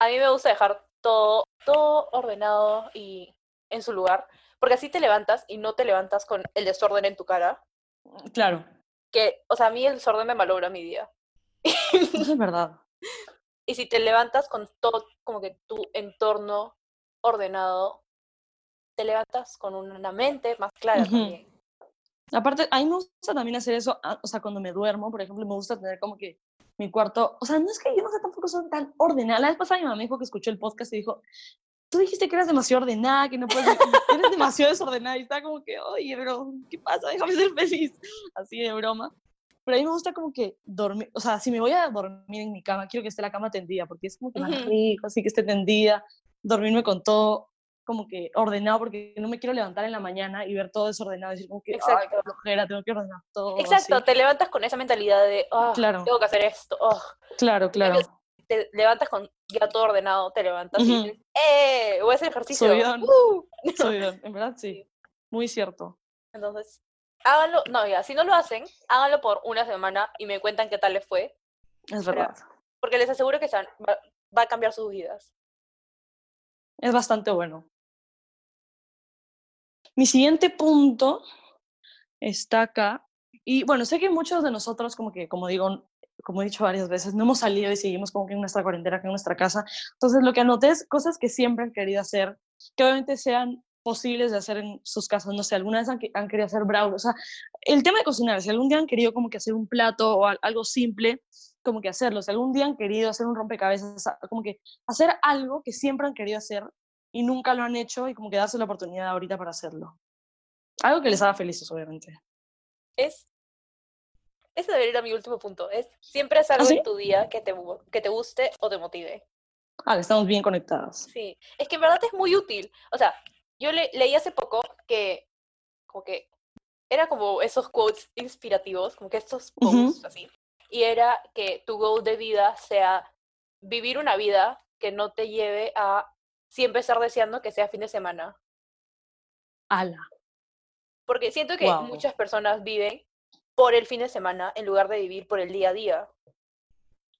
Speaker 1: A mí me gusta dejar todo, todo ordenado y en su lugar, porque así te levantas y no te levantas con el desorden en tu cara,
Speaker 2: Claro,
Speaker 1: que, o sea, a mí el desorden me malogra mi día.
Speaker 2: eso es verdad.
Speaker 1: Y si te levantas con todo, como que tu entorno ordenado, te levantas con una mente más clara
Speaker 2: Ujú.
Speaker 1: también.
Speaker 2: Aparte, a mí me gusta también hacer eso, ah, o sea, cuando me duermo, por ejemplo, me gusta tener como que mi cuarto, o sea, no es que yo no sea tampoco soy tan ordenada. La vez pasada mi mamá me dijo que escuchó el podcast y dijo, tú dijiste que eras demasiado ordenada, que no puedes, que eres demasiado desordenada y está como que, oye, bro, ¿qué pasa? Déjame ser feliz, así de broma. Pero a mí me gusta como que dormir, o sea, si me voy a dormir en mi cama, quiero que esté la cama tendida, porque es como que más
Speaker 1: Ujú.
Speaker 2: rico, así que esté tendida, dormirme con todo como que ordenado, porque no me quiero levantar en la mañana y ver todo desordenado, y decir como que, ay, qué
Speaker 1: Exacto.
Speaker 2: flojera, tengo que ordenar todo.
Speaker 1: Exacto,
Speaker 2: así.
Speaker 1: te levantas con esa mentalidad de, "Ah,
Speaker 2: Oh, Claro.
Speaker 1: tengo que hacer esto, ah".
Speaker 2: Claro, claro.
Speaker 1: te levantas con ya todo ordenado, te levantas
Speaker 2: Ujú.
Speaker 1: y dices, ¡eh! Voy a hacer ejercicio.
Speaker 2: Subidón.
Speaker 1: ¡Uh!".
Speaker 2: Soy de- en verdad sí.
Speaker 1: Sí.
Speaker 2: Muy cierto.
Speaker 1: Entonces, háganlo, no, ya, si no lo hacen, háganlo por una semana y me cuentan qué tal les fue, Pero-
Speaker 2: Es verdad.
Speaker 1: porque les aseguro que se van- va, va a cambiar sus vidas.
Speaker 2: Es bastante bueno. Mi siguiente punto está acá. Y bueno, sé que muchos de nosotros, como que, como digo, como he dicho varias veces, no hemos salido y seguimos como que en nuestra cuarentena, que en nuestra casa. Entonces, lo que anoté es cosas que siempre han querido hacer, que obviamente sean posibles de hacer en sus casas. No sé, alguna vez han, que- han querido hacer brownies. O sea, el tema de cocinar, si algún día han querido como que hacer un plato o al- algo simple, como que hacerlo. Si algún día han querido hacer un rompecabezas, a- como que hacer algo que siempre han querido hacer y nunca lo han hecho y como que darse la oportunidad ahorita para hacerlo. Algo que les haga felices, obviamente.
Speaker 1: Es, ese debería ir a mi último punto, es siempre haz algo
Speaker 2: ¿Ah, sí?
Speaker 1: en tu día que te, mo- que te guste o te motive.
Speaker 2: Ah, que estamos bien conectadas.
Speaker 1: Sí, es que en verdad es muy útil. O sea, yo le- leí hace poco que, como que, era como esos quotes inspirativos, como que estos
Speaker 2: Ujú.
Speaker 1: posts así. Y era que tu goal de vida sea vivir una vida que no te lleve a siempre estar deseando que sea fin de semana.
Speaker 2: Ala.
Speaker 1: Porque siento que
Speaker 2: Guau.
Speaker 1: muchas personas viven por el fin de semana en lugar de vivir por el día a día.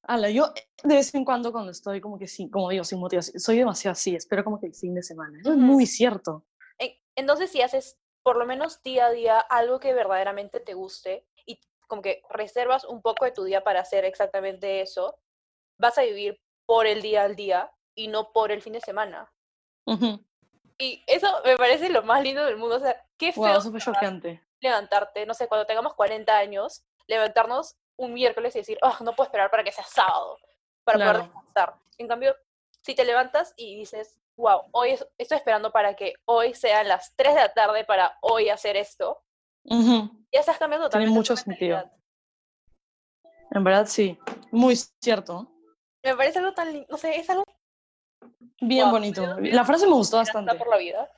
Speaker 2: Ala, yo de vez en cuando cuando estoy como que sin, como digo, sin motivación, soy demasiado así, espero como que el fin de semana. Eso es
Speaker 1: Ujú.
Speaker 2: muy cierto.
Speaker 1: En- Entonces, si haces por lo menos día a día algo que verdaderamente te guste y como que reservas un poco de tu día para hacer exactamente eso, vas a vivir por el día al día y no por el fin de semana.
Speaker 2: Ujú.
Speaker 1: Y eso me parece lo más lindo del mundo. O sea, qué feo
Speaker 2: Guau, eso fue chocante.
Speaker 1: levantarte, no sé, cuando tengamos 40 años, levantarnos un miércoles y decir, oh, no puedo esperar para que sea sábado, para
Speaker 2: Claro.
Speaker 1: poder descansar. En cambio, si te levantas y dices, wow, hoy es- estoy esperando para que hoy sean las 3 de la tarde para hoy hacer esto,
Speaker 2: Ujú.
Speaker 1: ya estás cambiando
Speaker 2: Tiene
Speaker 1: totalmente tu
Speaker 2: mucho sentido.
Speaker 1: mentalidad.
Speaker 2: En verdad sí, muy cierto.
Speaker 1: Me parece algo tan lindo, no sé, es algo que
Speaker 2: Bien
Speaker 1: Guau,
Speaker 2: bonito. La frase me gustó
Speaker 1: te da
Speaker 2: bastante.
Speaker 1: por la vida.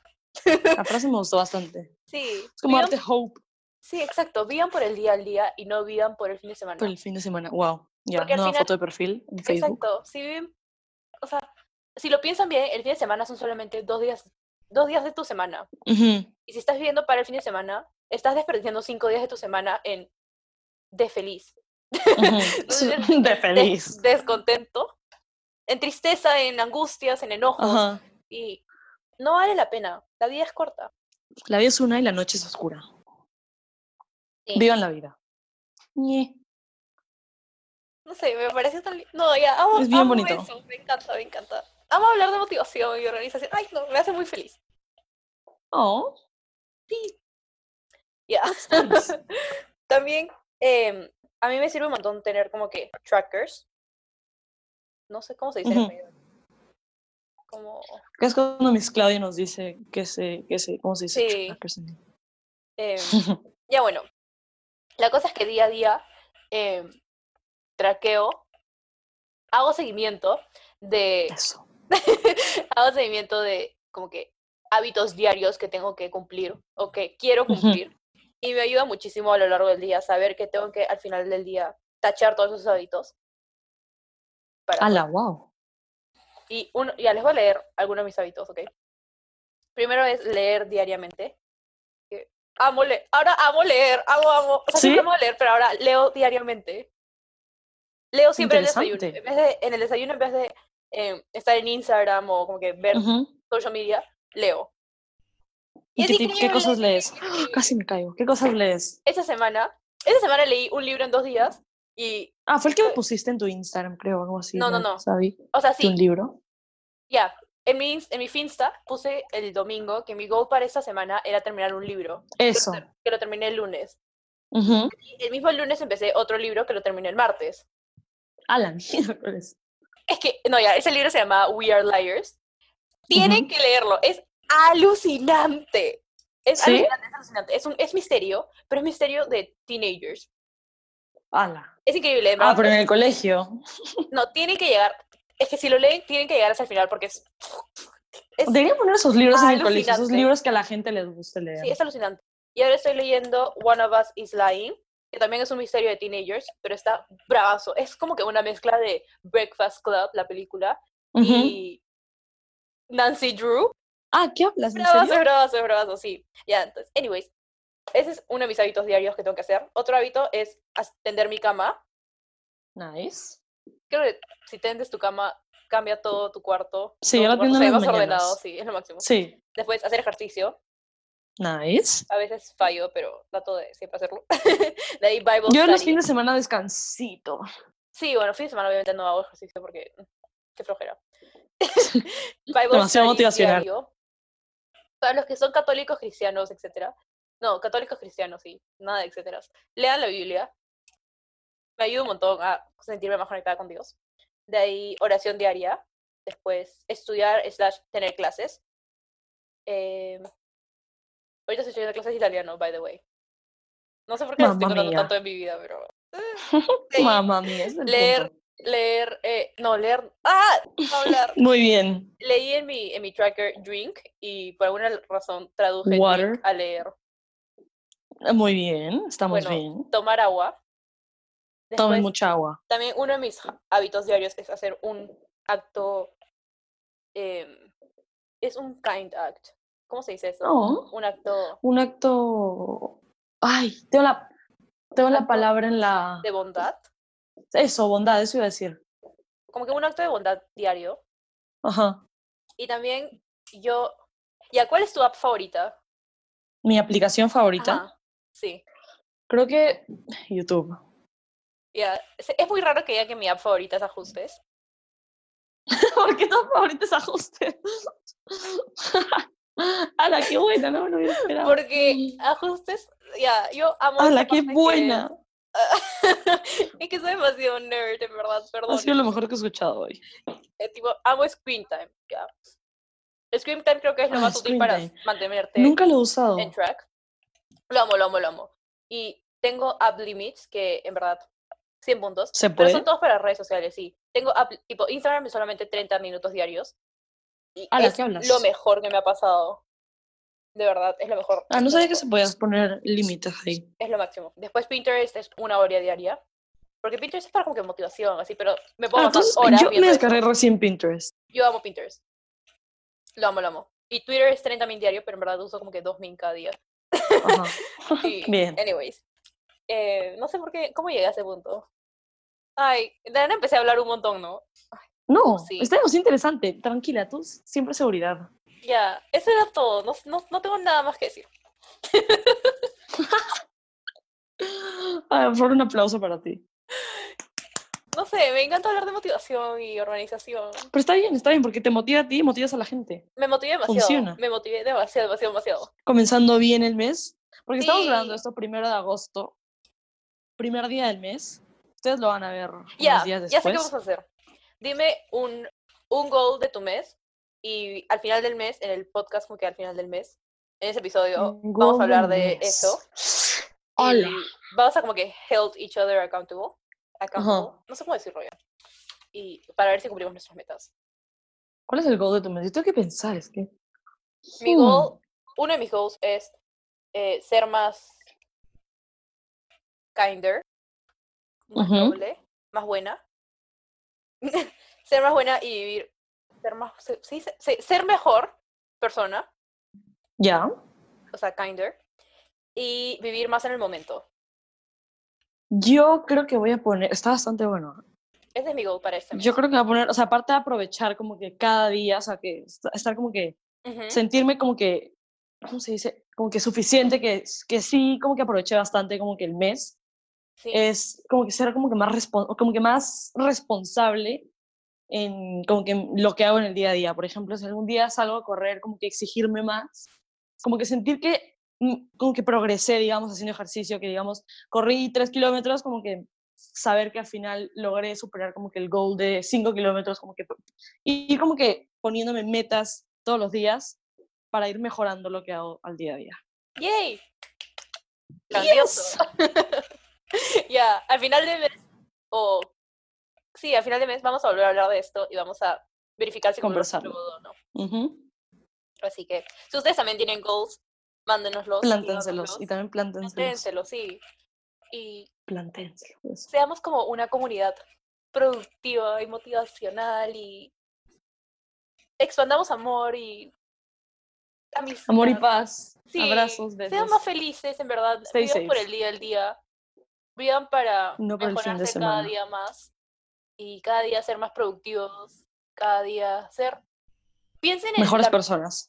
Speaker 2: La frase me gustó bastante.
Speaker 1: Sí,
Speaker 2: Es como
Speaker 1: vivan-
Speaker 2: darte hope
Speaker 1: sí, exacto, vivan por el día al día y no vivan por el fin de semana.
Speaker 2: por el fin de semana. Wow. Ya,
Speaker 1: Porque al
Speaker 2: nueva
Speaker 1: final-
Speaker 2: foto de perfil en Facebook.
Speaker 1: Exacto, si viven, o sea, si lo piensan bien, el fin de semana son solamente dos días, dos días de tu semana.
Speaker 2: Ujú.
Speaker 1: Y si estás viviendo para el fin de semana, estás desperdiciando cinco días de tu semana en de feliz,
Speaker 2: Ujú. De
Speaker 1: de-
Speaker 2: feliz.
Speaker 1: descontento, en tristeza, en angustias, en enojos.
Speaker 2: Ajá.
Speaker 1: Y no vale la pena, la vida es corta.
Speaker 2: La vida es una y la noche es oscura.
Speaker 1: Sí.
Speaker 2: Vivan la vida. Ñe.
Speaker 1: No sé, me parece tan lindo. No, ya, amo,
Speaker 2: Es bien
Speaker 1: amo
Speaker 2: bonito.
Speaker 1: eso, me encanta, me encanta. Amo hablar de motivación y organización. Ay, no, me hace muy feliz.
Speaker 2: Oh,
Speaker 1: Sí. Ya.
Speaker 2: it's nice.
Speaker 1: También em, a mí me sirve un montón tener como que trackers. No sé cómo se dice en
Speaker 2: Ujú.
Speaker 1: español. Como
Speaker 2: Que es cuando Miss Claudia nos dice que se, que se, ¿cómo se dice?
Speaker 1: Sí.
Speaker 2: Trackers en-
Speaker 1: em, ya bueno. La cosa es que día a día em, traqueo, hago seguimiento de
Speaker 2: Eso.
Speaker 1: hago seguimiento de como que hábitos diarios que tengo que cumplir o que quiero
Speaker 2: Ujú.
Speaker 1: cumplir y me ayuda muchísimo a lo largo del día saber que tengo que al final del día tachar todos esos hábitos. Para
Speaker 2: Ala, wow.
Speaker 1: Y uno, ya les voy a leer algunos de mis hábitos, ¿ok? Primero es leer diariamente. que Amo leer. Ahora amo leer. Amo, amo. O sea,
Speaker 2: ¿Sí?
Speaker 1: siempre amo leer, pero ahora leo diariamente. Leo siempre en el desayuno.
Speaker 2: Interesante.
Speaker 1: En, vez de, en el desayuno, en vez de em, eh, estar en Instagram o como que ver
Speaker 2: Ujú.
Speaker 1: social media, leo.
Speaker 2: ¿Y
Speaker 1: Es
Speaker 2: qué, tip- qué
Speaker 1: increíble.
Speaker 2: cosas lees? ¡Ah! Casi me caigo. ¿Qué cosas lees?
Speaker 1: Esa semana, esa semana leí un libro en dos días y,
Speaker 2: Ah, fue el que me pusiste en tu Instagram, creo, algo así.
Speaker 1: No, no, no.
Speaker 2: ¿Sabí?
Speaker 1: o sea,
Speaker 2: ¿Que
Speaker 1: sí,
Speaker 2: un libro?
Speaker 1: Ya, en mi, ins- en mi Finsta puse el domingo que mi goal para esta semana era terminar un libro, que lo
Speaker 2: Eso.
Speaker 1: ter- que lo terminé el lunes.
Speaker 2: Ujú.
Speaker 1: Y el mismo lunes empecé otro libro que lo terminé el martes.
Speaker 2: A la miércoles.
Speaker 1: Es que, no, ya, ese libro se llama We Are Liars. Tienen
Speaker 2: Ujú.
Speaker 1: que leerlo, es alucinante. Es
Speaker 2: ¿Sí?
Speaker 1: alucinante, es alucinante. Es, un, es misterio, pero es misterio de teenagers.
Speaker 2: Ala.
Speaker 1: Es increíble, de
Speaker 2: Ah,
Speaker 1: verdad,
Speaker 2: pero
Speaker 1: es-
Speaker 2: en el colegio.
Speaker 1: No, tienen que llegar. Es que si lo leen, tienen que llegar hasta el final porque es. es-
Speaker 2: Debería poner esos libros en el colegio, esos
Speaker 1: Alucinante.
Speaker 2: libros que a la gente les guste leer.
Speaker 1: Sí, es alucinante. Y ahora estoy leyendo One of Us is Lying, que también es un misterio de teenagers, pero está bravazo. Es como que una mezcla de Breakfast Club, la película,
Speaker 2: Ujú.
Speaker 1: y Nancy Drew.
Speaker 2: Ah, ¿qué hablas? ¿En
Speaker 1: Bravazo,
Speaker 2: serio?
Speaker 1: bravazo, bravazo, sí. Ya, entonces, anyways, ese es uno de mis hábitos diarios que tengo que hacer. Otro hábito es as- tender mi cama.
Speaker 2: Nice.
Speaker 1: Creo que si tendes tu cama, cambia todo tu cuarto.
Speaker 2: Sí,
Speaker 1: todo
Speaker 2: yo
Speaker 1: tu
Speaker 2: lo
Speaker 1: cuarto se
Speaker 2: tiendo
Speaker 1: ve
Speaker 2: en las
Speaker 1: más ordenado,
Speaker 2: mañanas.
Speaker 1: sí, es lo máximo.
Speaker 2: Sí.
Speaker 1: Después, hacer ejercicio.
Speaker 2: Nice.
Speaker 1: A veces fallo, pero trato de siempre hacerlo. de ahí Bible
Speaker 2: Yo los
Speaker 1: study.
Speaker 2: fines de semana descansito.
Speaker 1: Sí, bueno, fin de semana obviamente no hago ejercicio porque mm, qué flojera. Bible
Speaker 2: Demasiado
Speaker 1: study
Speaker 2: motivacional.
Speaker 1: diario. Para los que son católicos cristianos, etcétera. No, católicos cristianos, sí. Nada de etcétera. Lean la Biblia. Me ayuda un montón a sentirme más conectada con Dios. De ahí oración diaria. Después estudiar slash tener clases. Eh, ahorita estoy teniendo clases de italiano, by the way. No sé por qué las estoy
Speaker 2: Mamma
Speaker 1: contando
Speaker 2: mía.
Speaker 1: tanto en mi vida, pero... eh, De ahí-
Speaker 2: Mamá mía, es el
Speaker 1: leer-
Speaker 2: punto.
Speaker 1: leer, eh, no, leer, ah, no hablar.
Speaker 2: Muy bien.
Speaker 1: Leí en mi, en mi tracker drink y por alguna razón traduje drink
Speaker 2: Water.
Speaker 1: a leer.
Speaker 2: Muy bien. Estamos
Speaker 1: Bueno,
Speaker 2: bien.
Speaker 1: Tomar agua.
Speaker 2: Tomen
Speaker 1: Después,
Speaker 2: mucha agua.
Speaker 1: También uno de mis ha- hábitos diarios es hacer un acto, em, es un kind act. ¿Cómo se dice eso?
Speaker 2: No.
Speaker 1: Un acto
Speaker 2: Un acto. Ay, tengo la, tengo la
Speaker 1: Acto
Speaker 2: palabra en la.
Speaker 1: de bondad.
Speaker 2: Eso, bondad, eso iba a decir.
Speaker 1: Como que un acto de bondad diario.
Speaker 2: Ajá.
Speaker 1: Y también yo... ¿Ya cuál es tu app favorita?
Speaker 2: Mi aplicación favorita.
Speaker 1: Ajá, Sí.
Speaker 2: Creo que YouTube.
Speaker 1: Ya, Es, es muy raro que diga que mi app favorita es ajustes.
Speaker 2: ¿Por qué tu favorita es ajuste? Ala, qué buena, no me lo hubiera esperado.
Speaker 1: Porque ajustes, ya, yo amo.
Speaker 2: Ala,
Speaker 1: esa
Speaker 2: qué
Speaker 1: parte que-
Speaker 2: buena.
Speaker 1: es que soy demasiado nerd, en verdad,
Speaker 2: Ha
Speaker 1: perdón.
Speaker 2: sido lo mejor que he escuchado hoy.
Speaker 1: Eh, tipo, amo Screen Time, ya. Screen Time creo que es lo
Speaker 2: Ah,
Speaker 1: más útil
Speaker 2: Screen
Speaker 1: para
Speaker 2: Time.
Speaker 1: mantenerte
Speaker 2: Nunca lo he usado.
Speaker 1: en track. Lo amo, lo amo, lo amo. Y tengo App Limits, que en verdad, 100 puntos.
Speaker 2: ¿Se
Speaker 1: Pero
Speaker 2: puede?
Speaker 1: son todos para redes sociales, sí. Tengo app, tipo Instagram es solamente 30 minutos diarios. Y
Speaker 2: Ala,
Speaker 1: es
Speaker 2: ¿qué hablas?
Speaker 1: lo mejor que me ha pasado. De verdad, es lo mejor.
Speaker 2: Ah, no sabía que se podías poner límites ahí.
Speaker 1: es lo máximo. Después Pinterest es una hora diaria. Porque Pinterest es para como que motivación, así, pero me
Speaker 2: Ah,
Speaker 1: pongo
Speaker 2: entonces,
Speaker 1: horas
Speaker 2: yo me
Speaker 1: viendo eso.
Speaker 2: descargué recién Pinterest.
Speaker 1: Yo amo Pinterest. Lo amo, lo amo. Y Twitter es 30 mil diario, pero en verdad uso como que 2 mil cada día.
Speaker 2: Ajá.
Speaker 1: Y,
Speaker 2: Bien.
Speaker 1: Anyways. Eh, no sé por qué, ¿cómo llegué a ese punto? Ay, de la nada empecé a hablar un montón, ¿no?
Speaker 2: No,
Speaker 1: sí.
Speaker 2: está es interesante. Tranquila, tú siempre seguridad.
Speaker 1: Ya, eso era todo. No, no, no tengo nada más que decir.
Speaker 2: Ah, por favor, un aplauso para ti.
Speaker 1: No sé, me encanta hablar de motivación y organización.
Speaker 2: Pero está bien, está bien, porque te motiva a ti y motivas a la gente.
Speaker 1: Me motivé demasiado.
Speaker 2: Funciona.
Speaker 1: Me motivé demasiado, demasiado, demasiado.
Speaker 2: comenzando bien el mes, porque estamos grabando
Speaker 1: Sí.
Speaker 2: esto primero de agosto, primer día del mes. Ustedes lo van a ver
Speaker 1: Ya,
Speaker 2: unos días
Speaker 1: ya sé qué
Speaker 2: después.
Speaker 1: vamos a hacer. Dime un, un goal de tu mes y al final del mes, en el podcast, como que al final del mes, en ese episodio,
Speaker 2: Un
Speaker 1: vamos a
Speaker 2: golden
Speaker 1: hablar de
Speaker 2: mes.
Speaker 1: eso.
Speaker 2: Hola.
Speaker 1: y vamos a como que held each other accountable. accountable. No sé cómo decirlo ya. Y para ver si cumplimos nuestras metas.
Speaker 2: ¿Cuál es el goal de tu mes? Yo tengo que pensar, es que.
Speaker 1: Mi
Speaker 2: Hmm.
Speaker 1: goal, uno de mis goals es eh, ser más kinder, más
Speaker 2: Ujú.
Speaker 1: noble, más buena. ser más buena y vivir, ser más, se- sí, se- se- ser mejor persona,
Speaker 2: Ya.
Speaker 1: o sea, kinder, y vivir más en el momento.
Speaker 2: Yo creo que voy a poner. Está bastante bueno.
Speaker 1: Ese es mi goal para este mes.
Speaker 2: Yo creo que voy a poner. O sea, aparte de aprovechar como que cada día, o sea, que est- estar como que.
Speaker 1: Ujú.
Speaker 2: Sentirme como que ¿cómo se dice? Como que suficiente, que, que sí, como que aproveché bastante como que el mes.
Speaker 1: Sí.
Speaker 2: Es como que ser como que más, respon- como que más responsable en como que en lo que hago en el día a día. Por ejemplo, si algún día salgo a correr, como que exigirme más, como que sentir que mm, como que progresé, digamos, haciendo ejercicio, que digamos, corrí tres kilómetros, como que saber que al final logré superar como que el goal de cinco kilómetros, como que y ir como que poniéndome metas todos los días para ir mejorando lo que hago al día a día.
Speaker 1: ¡Yay! Grandioso. Ya, al final de mes, o sí, al final de mes vamos a volver a hablar de esto y vamos a verificar si cumplimos
Speaker 2: Conversarlo.
Speaker 1: todo o no.
Speaker 2: Ujú.
Speaker 1: Así que, si ustedes también tienen goals, mándenoslos. y
Speaker 2: Plántenselos y
Speaker 1: dánoslos.
Speaker 2: también plántenselos.
Speaker 1: Plántenselos, sí. Y
Speaker 2: Plántenselos. eso.
Speaker 1: seamos como una comunidad productiva y motivacional y expandamos amor y amistad.
Speaker 2: Amor y paz.
Speaker 1: Sí,
Speaker 2: Abrazos,
Speaker 1: Sean
Speaker 2: besos.
Speaker 1: más felices, en verdad.
Speaker 2: Stay
Speaker 1: Vivan por
Speaker 2: safe.
Speaker 1: el día al día. Vivan para
Speaker 2: No por el fin
Speaker 1: mejorarse
Speaker 2: de
Speaker 1: cada
Speaker 2: semana.
Speaker 1: día más. Y cada día ser más productivos. Cada día ser. Piensen en,
Speaker 2: Mejores
Speaker 1: la,
Speaker 2: personas.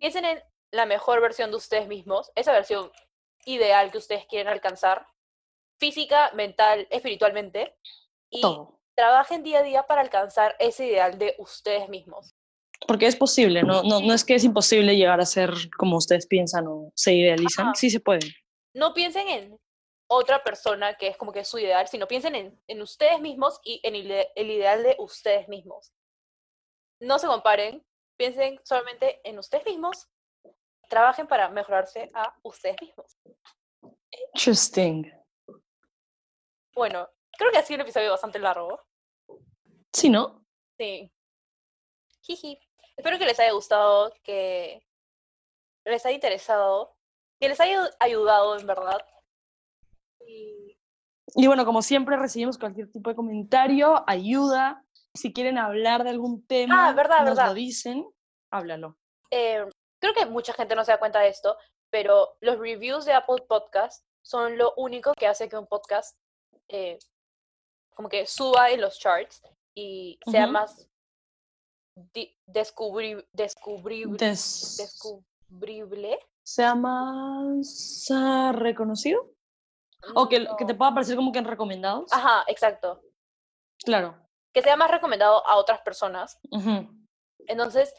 Speaker 1: piensen en la mejor versión de ustedes mismos. Esa versión ideal que ustedes quieren alcanzar. Física, mental, espiritualmente. Y
Speaker 2: Todo.
Speaker 1: trabajen día a día para alcanzar ese ideal de ustedes mismos.
Speaker 2: Porque es posible, ¿no? No, no es que es imposible llegar a ser como ustedes piensan o se idealizan.
Speaker 1: Ajá.
Speaker 2: Sí se puede.
Speaker 1: no piensen en otra persona que es como que su ideal, sino piensen en, en ustedes mismos y en el, ide- el ideal de ustedes mismos. No se comparen, piensen solamente en ustedes mismos, trabajen para mejorarse a ustedes mismos.
Speaker 2: Interesting.
Speaker 1: Bueno, creo que ha sido un episodio bastante largo.
Speaker 2: Sí, ¿no?
Speaker 1: Sí. Jiji. Espero que les haya gustado, que les haya interesado, que les haya ayudado en verdad. Y
Speaker 2: Y bueno, como siempre, recibimos cualquier tipo de comentario, ayuda. Si quieren hablar de algún tema,
Speaker 1: Ah, verdad,
Speaker 2: nos
Speaker 1: verdad.
Speaker 2: lo dicen, háblalo.
Speaker 1: eh, creo que mucha gente no se da cuenta de esto, pero los reviews de Apple Podcast son lo único que hace que un podcast eh, como que suba en los charts y sea
Speaker 2: Ujú.
Speaker 1: más di- descubri- descubrib-
Speaker 2: Des-
Speaker 1: descubrible.
Speaker 2: sea más ah, reconocido. O que, que te
Speaker 1: No.
Speaker 2: pueda aparecer como que en recomendados.
Speaker 1: Ajá, exacto.
Speaker 2: Claro.
Speaker 1: Que sea más recomendado a otras personas.
Speaker 2: Ujú.
Speaker 1: Entonces,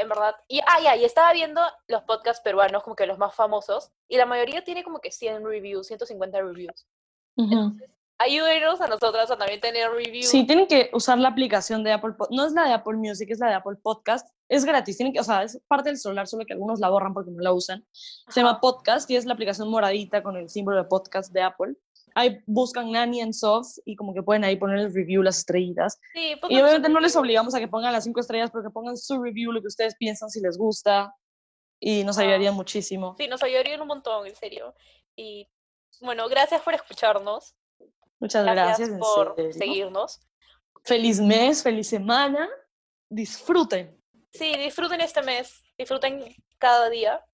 Speaker 1: en verdad, y, ah, ya, y estaba viendo los podcasts peruanos, como que los más famosos, y la mayoría tiene como que 100 reviews, 150 reviews.
Speaker 2: Ujú.
Speaker 1: ayúdenos a nosotras a también tener reviews.
Speaker 2: Sí, tienen que usar la aplicación de Apple Pod- No es la de Apple Music, es la de Apple Podcast. Es gratis, tienen que, o sea, es parte del celular, solo que algunos la borran porque no la usan.
Speaker 1: Ajá.
Speaker 2: Se llama Podcast y es la aplicación moradita con el símbolo de podcast de Apple. Ahí buscan Nani and Soft y como que pueden ahí poner el review, las estrellitas.
Speaker 1: Sí, pues,
Speaker 2: Y
Speaker 1: pónganos
Speaker 2: obviamente
Speaker 1: un
Speaker 2: no les
Speaker 1: review.
Speaker 2: obligamos a que pongan las cinco estrellas, pero que pongan su review, lo que ustedes piensan, si les gusta. Y nos
Speaker 1: Ah.
Speaker 2: ayudaría muchísimo.
Speaker 1: Sí, nos ayudarían un montón, en serio. Y bueno, gracias por escucharnos.
Speaker 2: Muchas gracias.
Speaker 1: Gracias,
Speaker 2: en
Speaker 1: por
Speaker 2: serio.
Speaker 1: seguirnos.
Speaker 2: Feliz mes, feliz semana. Disfruten.
Speaker 1: Sí, disfruten este mes, disfruten cada día.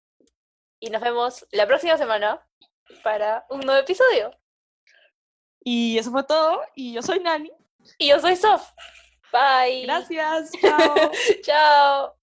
Speaker 1: Y nos vemos la próxima semana para un nuevo episodio.
Speaker 2: Y eso fue todo. Y yo soy Nani.
Speaker 1: Y yo soy Sof. Bye.
Speaker 2: Gracias. Chao.
Speaker 1: Chao.